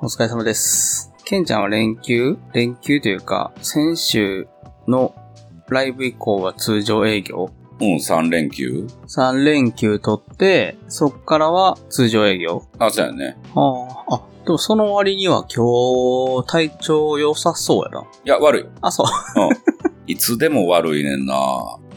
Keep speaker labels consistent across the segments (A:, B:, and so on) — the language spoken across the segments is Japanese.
A: お疲れ様です。ケンちゃんは連休連休というか、先週のライブ以降は通常営業
B: うん、3連休
A: ?3 連休取って、そっからは通常営業
B: あ、そうやね。
A: ああ、あ、でもその割には今日、体調良さそうやな。
B: いや、悪い。
A: あ、そう。
B: いつでも悪いねんな。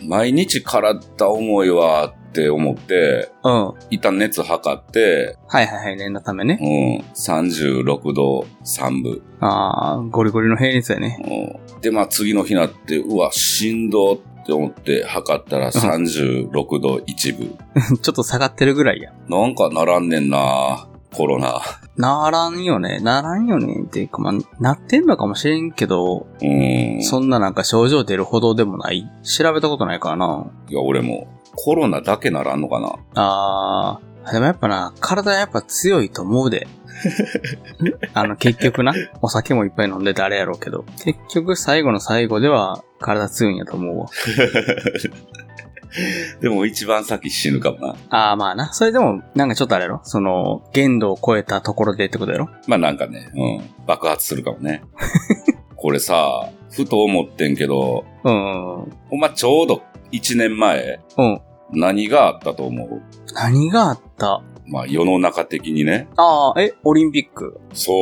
B: 毎日体重いわって思って、
A: うん。はい
B: 一旦熱測って、
A: はいはい、念のためね。
B: うん、36度3分。
A: ああ、ゴリゴリの平日やね。
B: うんで、まあ次の日になって、うわ、しんどって思って測ったら36度1分。
A: ちょっと下がってるぐらいや。
B: なんかならんねんな。コロナ。
A: ならんよね、ならんよね、っていうか、まあ、なってんのかもしれんけど、
B: うん。
A: そんななんか症状出るほどでもない。調べたことないからな。
B: いや、俺も、コロナだけならんのかな。
A: あー、でもやっぱな、体やっぱ強いと思うで。あの、結局な、お酒もいっぱい飲んでてあれやろうけど、結局最後の最後では体強いんやと思うわ。
B: でも一番先死ぬかもな。
A: あーまあな、それでもなんかちょっとあれやろその、限度を超えたところでってことやろ
B: まあなんかね、うん、爆発するかも ね。これさ、ふと思ってんけど、
A: うん、うん、
B: ほんまちょうど1年前、
A: うん。
B: 何があったと思う
A: 何があった
B: まあ世の中的にね。
A: あー、え、オリンピック
B: そ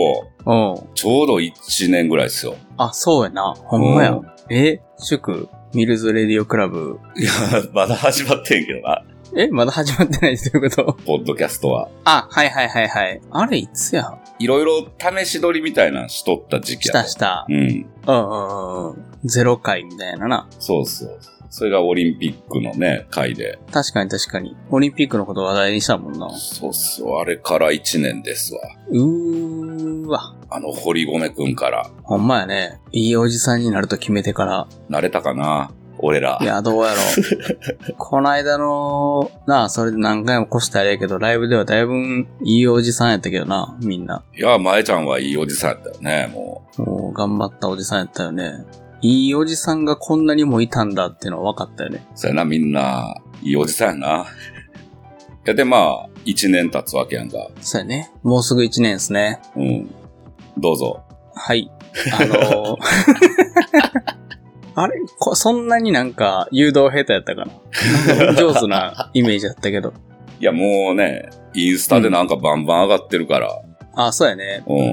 B: う。
A: うん。
B: ちょうど1年ぐらいですよ。
A: あ、そうやな。ほんまや
B: う。
A: え、祝、ミルズレディオクラブ。
B: いや、 まだ始まってんけどな、
A: え、まだ始まってない ですということ
B: ポッドキャストは。
A: あ、はいはいはいはい。あれいつや
B: いろいろ試し撮りみたいなのしとった時期
A: し
B: や
A: たした。
B: うん。
A: うんうんうん。ゼロ回みたいなな。
B: そうそう。それがオリンピックのね、回で。
A: 確かに確かに。オリンピックのこと話題にしたもんな。
B: そうそう、あれから1年ですわ。
A: うーわ。
B: あの、堀米くんから。
A: ほんまやね。いいおじさんになると決めてから。
B: 慣れたかな俺ら。
A: いや、どうやろう。こないだの、なあ、それで何回も越したあれやけど、ライブではだいぶんいいおじさんやったけどな、みんな。
B: いや、まえちゃんはいいおじさんだよね、も
A: もう、頑張ったおじさんやったよね。いいおじさんがこんなにもいたんだっていうのは分かったよね
B: う。。そやな、みんな、いいおじさんやな。い や、で、まあ、一年経つわけやんか。
A: そうやね。もうすぐ1年ですね。
B: うん。どうぞ。
A: はい。あのーあれこそんなになんか誘導下手やったかな上手なイメージだったけど。
B: いや、もうね、インスタでなんかバンバン上がってるから。
A: あ、そうやね。
B: う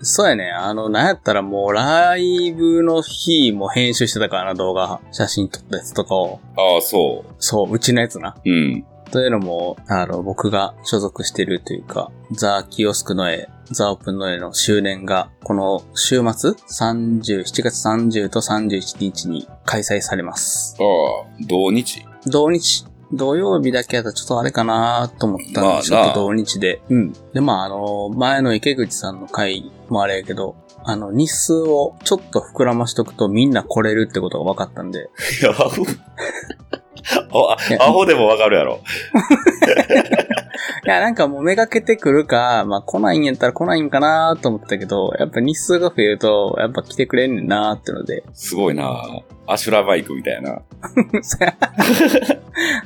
B: ん。
A: そうやね。あの、なんやったらもうライブの日も編集してたからな、動画。写真撮ったやつとかを。
B: ああ、そ
A: そう、うちのやつな。
B: う。うん。
A: というのも、あの、僕が所属してるというか、ザ・キオスクの絵、ザ・オープンの絵の周年が、この週末、30、7月30と31日に開催されます。
B: ああ、同日。
A: 土日、土曜日だけやったらちょっとあれかなと思った
B: まあ
A: ん
B: な
A: で、ちょっと土日で。うん。で、まあ、あの、前の池口さんの回もあれやけど、あの、日数をちょっと膨らましとくとみんな来れるってことが分かったんで、
B: いや、アホ。 あアホでもわかるやろ。
A: いや、なんかもうめがけてくるか、まあ来ないんやったら来ないんかなと思ってたけど、やっぱ日数が増えると、やっぱ来てくれんねんなってので、
B: すごいな。アシュラバイクみたいな。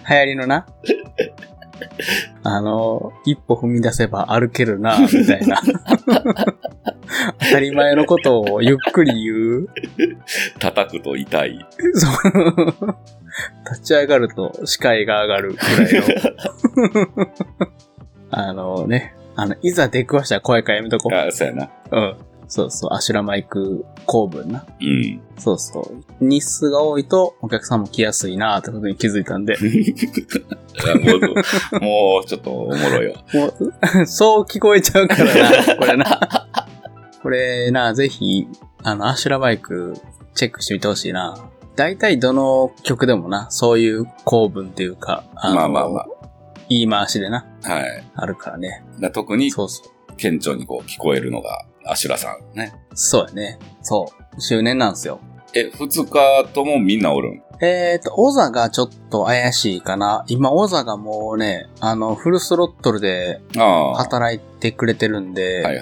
A: 流行りのな。あの、一歩踏み出せば歩けるなみたいな。 当たり前のことをゆっくり言う。
B: 叩くと痛い。
A: そう立ち上がると視界が上がるぐらいの。あのね、あの、いざ出くわしたら怖いからやめとこう。
B: あそうやな。
A: うん。そうそう、アシュラマイク構文な。
B: うん。
A: そうそう。日数が多いとお客さんも来やすいなってことに気づいたんで、
B: いやもう、もうちょっとおもろいわ。
A: もう、そう聞こえちゃうから な、これな。これな、ぜひ、あの、アシュラマイクチェックしてみてほしいな。大体どの曲でもな、そういう構文っていうか、の
B: まあまあまあ。
A: 言い回しでな、
B: はい。
A: あるからね。
B: な特に
A: そうそう。
B: 顕著にこう聞こえるのがアシュラさんね。
A: そうやね。そう。周年なんですよ。
B: え、二日ともみんなおるん
A: えーと、オザがちょっと怪しいかな。今、オザがもうね、あの、フルスロットルで
B: ああ。は
A: 働いてくれてるんで、
B: いはい。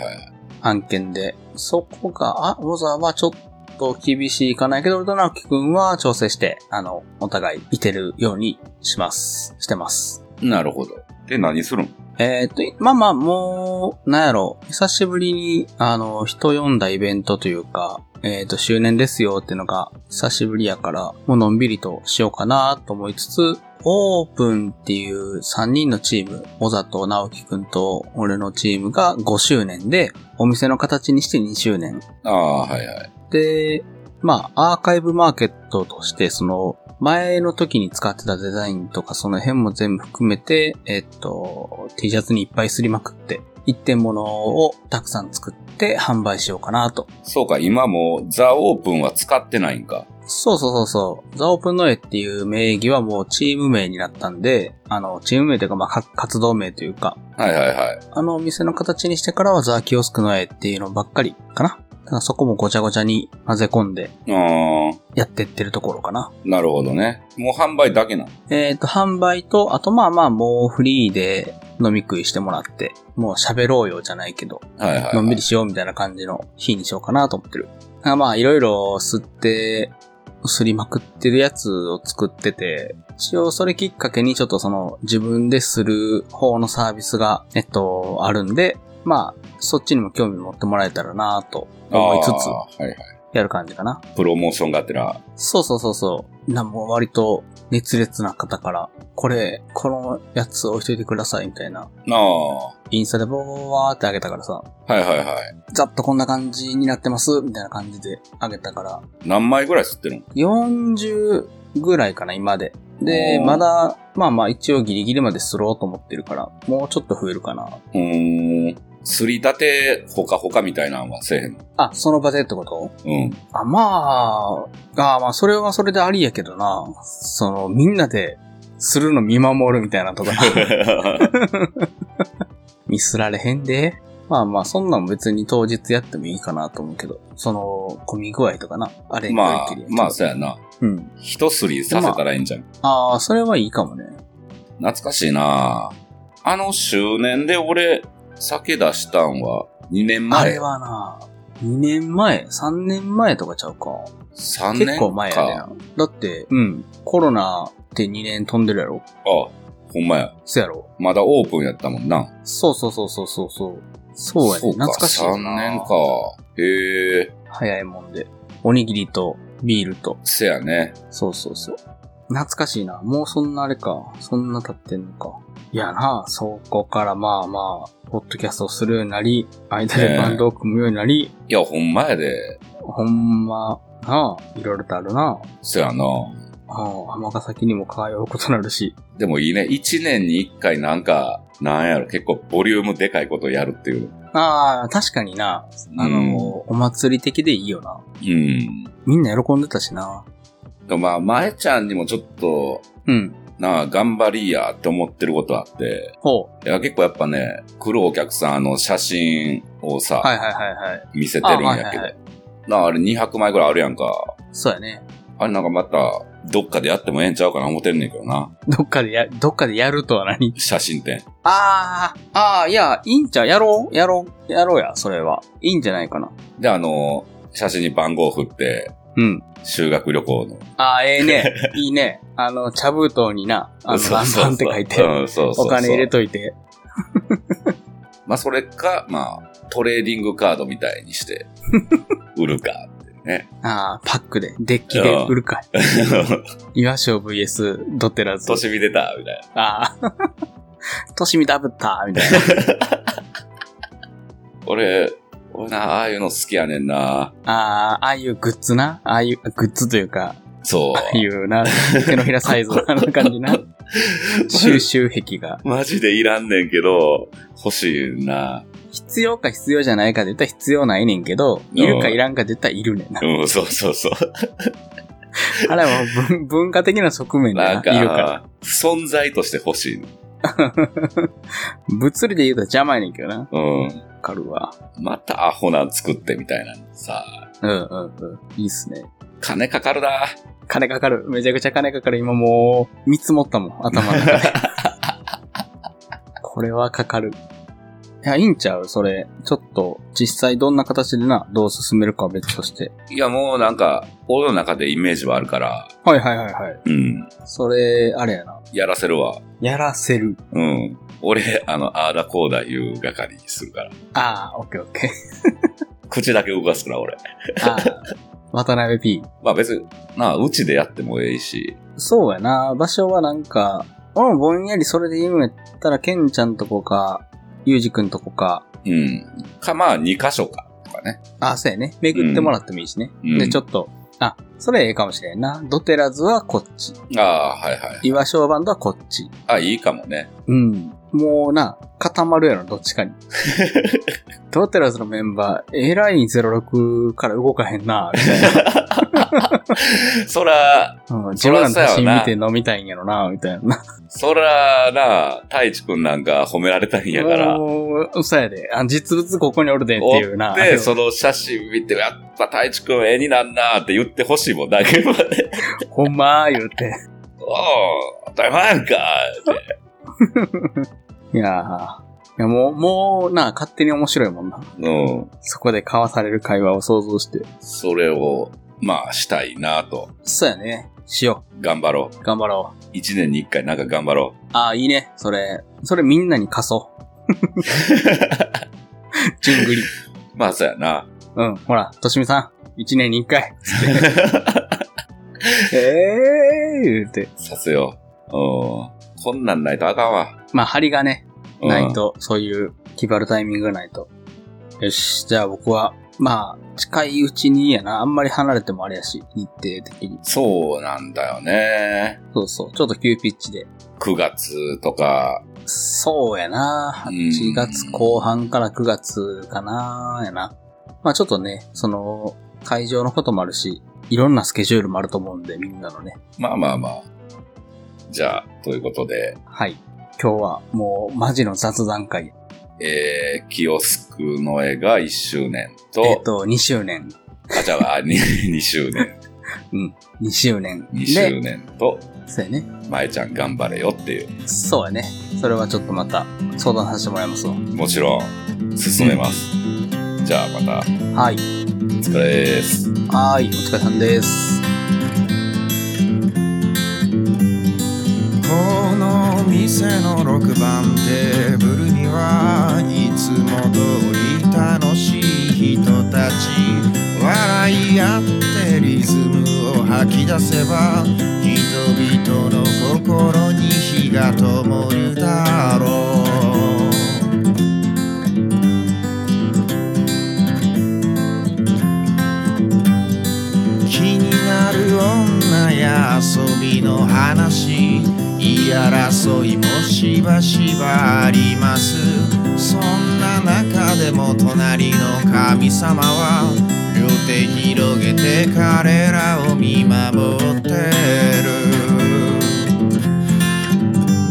A: 案件で。そこが、あ、オザはちょっと厳しいかないけど、ドナキ君は調整して、あの、お互いいてるようにします。してます。
B: なるほど。で、何するん
A: えーっと、まあまあ、もう、なんやろ、久しぶりに、あの、人呼んだイベントというか、えーっと、周年ですよってのが、久しぶりやから、もうのんびりとしようかなと思いつつ、オープンっていう3人のチーム、小里直樹くんと俺のチームが5周年で、お店の形にして2周年。
B: ああ、はいはい。
A: で、まあ、アーカイブマーケットとして、その、前の時に使ってたデザインとか、その辺も全部含めて、えっと、T シャツにいっぱいすりまくって、一点物をたくさん作って販売しようかなと。
B: そうか、今もうザ・オープンは使ってないんか。
A: そうそうそうそう。ザオープンノエっていう名義はもうチーム名になったんで、あの、チーム名というか、まあ、か活動名というか、
B: はいはいはい。
A: あのお店の形にしてからはザ・キオスクノエっていうのばっかりかな。だからそこもごちゃごちゃに混ぜ込んで
B: あ
A: やってってるところかな。
B: あ、なるほどね。もう販売だけなの。
A: えっ、と、販売と、あとまあまあもうフリーで飲み食いしてもらって、もう喋ろうよじゃないけど、
B: はいはい、はい。
A: のんびりしようみたいな感じの日にしようかなと思ってる。あまあいろいろ吸って、すりまくってるやつを作ってて、一応それきっかけにちょっとその自分でする方のサービスが、えっと、あるんで、まあ、そっちにも興味持ってもらえたらなと思いつつ
B: ああはいはい。
A: やる感じかな。
B: プロモーションがてら。
A: そうそうそうそう。なんもう割と熱烈な方から、これ、このやつ置いといてくださいみたいな。
B: ああ、は
A: インスタでボワーってあげたからさ、
B: いはいはい。
A: ざっとこんな感じになってますみたいな感じであげたから、
B: 何枚ぐらい吸ってるん
A: 40ぐらいかな、今で。で、
B: おー
A: まだ、まあまあ一応ギリギリまでスローと思ってるから、もうちょっと増えるかな。
B: うーん。すり立て、ほかほかみたいなのはせえへん
A: あ、その場でってこと
B: の。うん。
A: あ、まあ、あまあ、それはそれでありやけどな。その、みんなで、するの見守るみたいなとか。ミスられへんで。まあまあ、そんなん別に当日やってもいいかなと思うけど、その、混み具合とかな。あれ
B: まあ、まあ、
A: そ
B: そうやな。
A: うん。
B: 一すりさせたらええんじゃん。
A: ああ、それはいいかもね。
B: 懐かしいなあの周年で俺、酒出したんは、2年
A: あれ
B: 前。
A: はな、2年前、3年前とかちゃうか。
B: 3年か。
A: 結構前やね
B: あ、
A: ん。だって、うん、コロナって2年飛んでるやろ
B: ほんまや。
A: そやろ
B: まだオープンやったもんな。
A: そうそうそうそうそうそう。そうやね。懐かしいよな。
B: 3年か。へえ、
A: 早いもんで。おにぎりとビールと。
B: せやね。
A: そうそうそう。懐かしいな。もうそんなあれか。そんな経ってんのか。いやな、そこからまあまあ、ポッドキャストをするようになり、間
B: ね
A: で
B: え
A: バンドを組むようになり、
B: いや、ほんまやで。
A: ほんま、なあ、いろいろとあるな。
B: せやな
A: ああ、尼崎にも通うことなるし。
B: でもいいね。1年に1回なんか、なんやろ、結構ボリュームでかいことやるっていう。
A: ああ、確かにな。あの、お祭り的でいいよな。
B: うん。
A: みんな喜んでたしな。
B: まあ、前ちゃんにもちょっと、
A: うん。
B: なあ、頑張りやって思ってることあって、
A: ほう。
B: いや、結構やっぱね、来るお客さん、あの、写真をさ、
A: はいはいはいはい。
B: 見せてるんやけど、
A: あはいはいはい
B: なあ、あれ200枚ぐらいあるやんか。
A: そうやね。
B: あれなんかまた、どっかでやってもええんちゃうかな思ってんねんけどな。
A: どっかでや、どっかでやるとは何
B: 写真展。
A: ああ、ああ、いや、いいんちゃうやろうやろうやろうや、それは。いいんじゃないかな。
B: で、あの、写真に番号振って、
A: うん。
B: 修学旅行の。
A: ああ、ええ ね。いいね。あの、茶封筒にな、あの、
B: そ
A: バ
B: う
A: ン
B: そうそう
A: バンって書いて、
B: うん、そうそうそう
A: お金入れといて。
B: まあ、それか、まあ、トレーディングカードみたい にして、売るか。
A: ああ、パックで、デッキで売るか。岩章 VS ドテラズ。
B: 都市見出た、みたいな。
A: あ あ。としみダブった、みたいな。
B: 俺、俺な、ああいうの好きやねんな。
A: ああ、ああいうグッズな。ああいう、グッズというか、
B: そ
A: ああいうな、手のひらサイズのあの感じ な。収集癖が。
B: う。マジでいらんねんけど、欲しいな。
A: 必要か必要じゃないかで言ったら必要ないねんけど、いるかいらんかで言ったらいるねんな。
B: うん、そうそうそう。
A: あれはもう文 文化的な側面でな
B: なんか、
A: いるから。
B: 存在として欲しい。
A: 物理で言うと邪魔やねんけどな。
B: うん。
A: わかるわ。
B: またアホなん作ってみたいな。さあ、
A: うんうんうん。いいっすね。
B: 金かかるな。
A: 金かかる。めちゃくちゃ金かかる。今もう、見積もったもん。頭の中で。 これはかかる。いや、いいんちゃうそれ。ちょっと、実際どんな形でな、どう進めるかは別として。
B: いや、もうなんか、俺の中でイメージはあるから、
A: はいはいはいはい。
B: うん。
A: それ、あれやな。
B: やらせるわ。
A: やらせる。
B: うん。俺、あの、あーだこうだ言う係にするから。
A: ああ、オッケーオッケ
B: 口だけ動かすから、俺。
A: ー。ああ。渡辺 P。
B: まあ別に、なあ、うちでやってもええし、
A: そうやな。場所はなんか、俺もぼんやりそれで言うんやったら、ケンちゃんとこか、ゆうじくんとこか、
B: うん。か、まあ、2箇所か、とかね。
A: あ、そうやね。巡ってもらってもいいしね。
B: うん
A: で、ちょっと、あ、それええかもしれんな。ドテラズはこっち。
B: ああ、はいはい。
A: 岩商バンドはこっち。
B: あ、いいかもね。
A: うん。もうな、固まるやろ、どっちかに。ドテラズのメンバー、エライン06から動かへんな、みたい
B: そら、
A: な。うん、自
B: そ
A: 分ら
B: ら
A: の
B: そうや
A: 写
B: ろ
A: 真
B: な
A: 見て飲みたいんやろな、みたいな。
B: そら、なあ、太一くんなんか褒められたいんやから。
A: もう、嘘やで。あ実物ここにおるでっていうな。
B: で、その写真見て、やっぱ太一くん絵になんなって言ってほしいもん、だけ どね。
A: ほんま言うて。
B: おう、大ファンかって。
A: いやーいやもう、もうな、勝手に面白いもんな。
B: うん。
A: そこで交わされる会話を想像して。
B: それを、まあ、したいなと。
A: そうやね。しよ
B: 頑張ろう。
A: う。頑張ろう。
B: 一年に一回なんか頑張ろ
A: ああ、いいね。それ、それみんなに貸そう。ジングリ。
B: う。まあ、そうやな。
A: うん。ほら、としみさん、一年に一回。ええー、言うて。
B: させよう。うん。こんなんないとあかんわ。
A: まあ、張りがね、
B: うん
A: ない。と、そういう、決まるタイミングがないと。よし、じゃあ僕は、まあ、近いうちにやな。あんまり離れてもあれやし、日程的に。
B: そうなんだよね。
A: そうそう、ちょっと急ピッチで。
B: 9月とか、
A: そうやな。
B: うん
A: 8月後半から9月かな、やな。まあちょっとね、その、会場のこともあるし、いろんなスケジュールもあると思うんで、みんなのね。
B: まあまあまあ。じゃあ、ということで、
A: はい。今日はもう、マジの雑談会。
B: えー、キオスクの絵が1周年と、
A: えっと、2周年。
B: あ、じゃあ、2, 2周年、
A: 2周年。
B: 2周
A: で、
B: 年と、
A: そうやね。
B: まえちゃん頑張れよっていう。
A: そうやね。それはちょっとまた、相談させてもらいますわ。
B: もちろん、進めます。じゃあ、また、
A: はい。
B: お疲れです。
A: はい、お疲れさんです。
C: この店の6番テーブルにはいつも通り楽しい人たち笑い合ってリズムを吐き出せば人々の心に火が灯るだろう気になる女や遊びの話言い争いもしばしばありますそんな中でも隣の神様は両手広げて彼らを見守ってる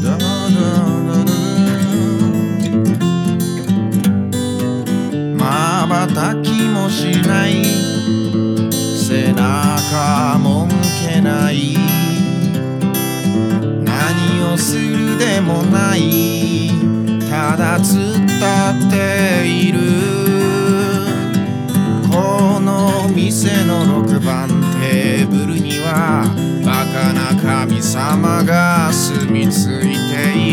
C: ダダダダまばたきもしない背中も向けない何をするでもないただ突っ立っているこの店の6番テーブルにはバカな神様が住み着いてい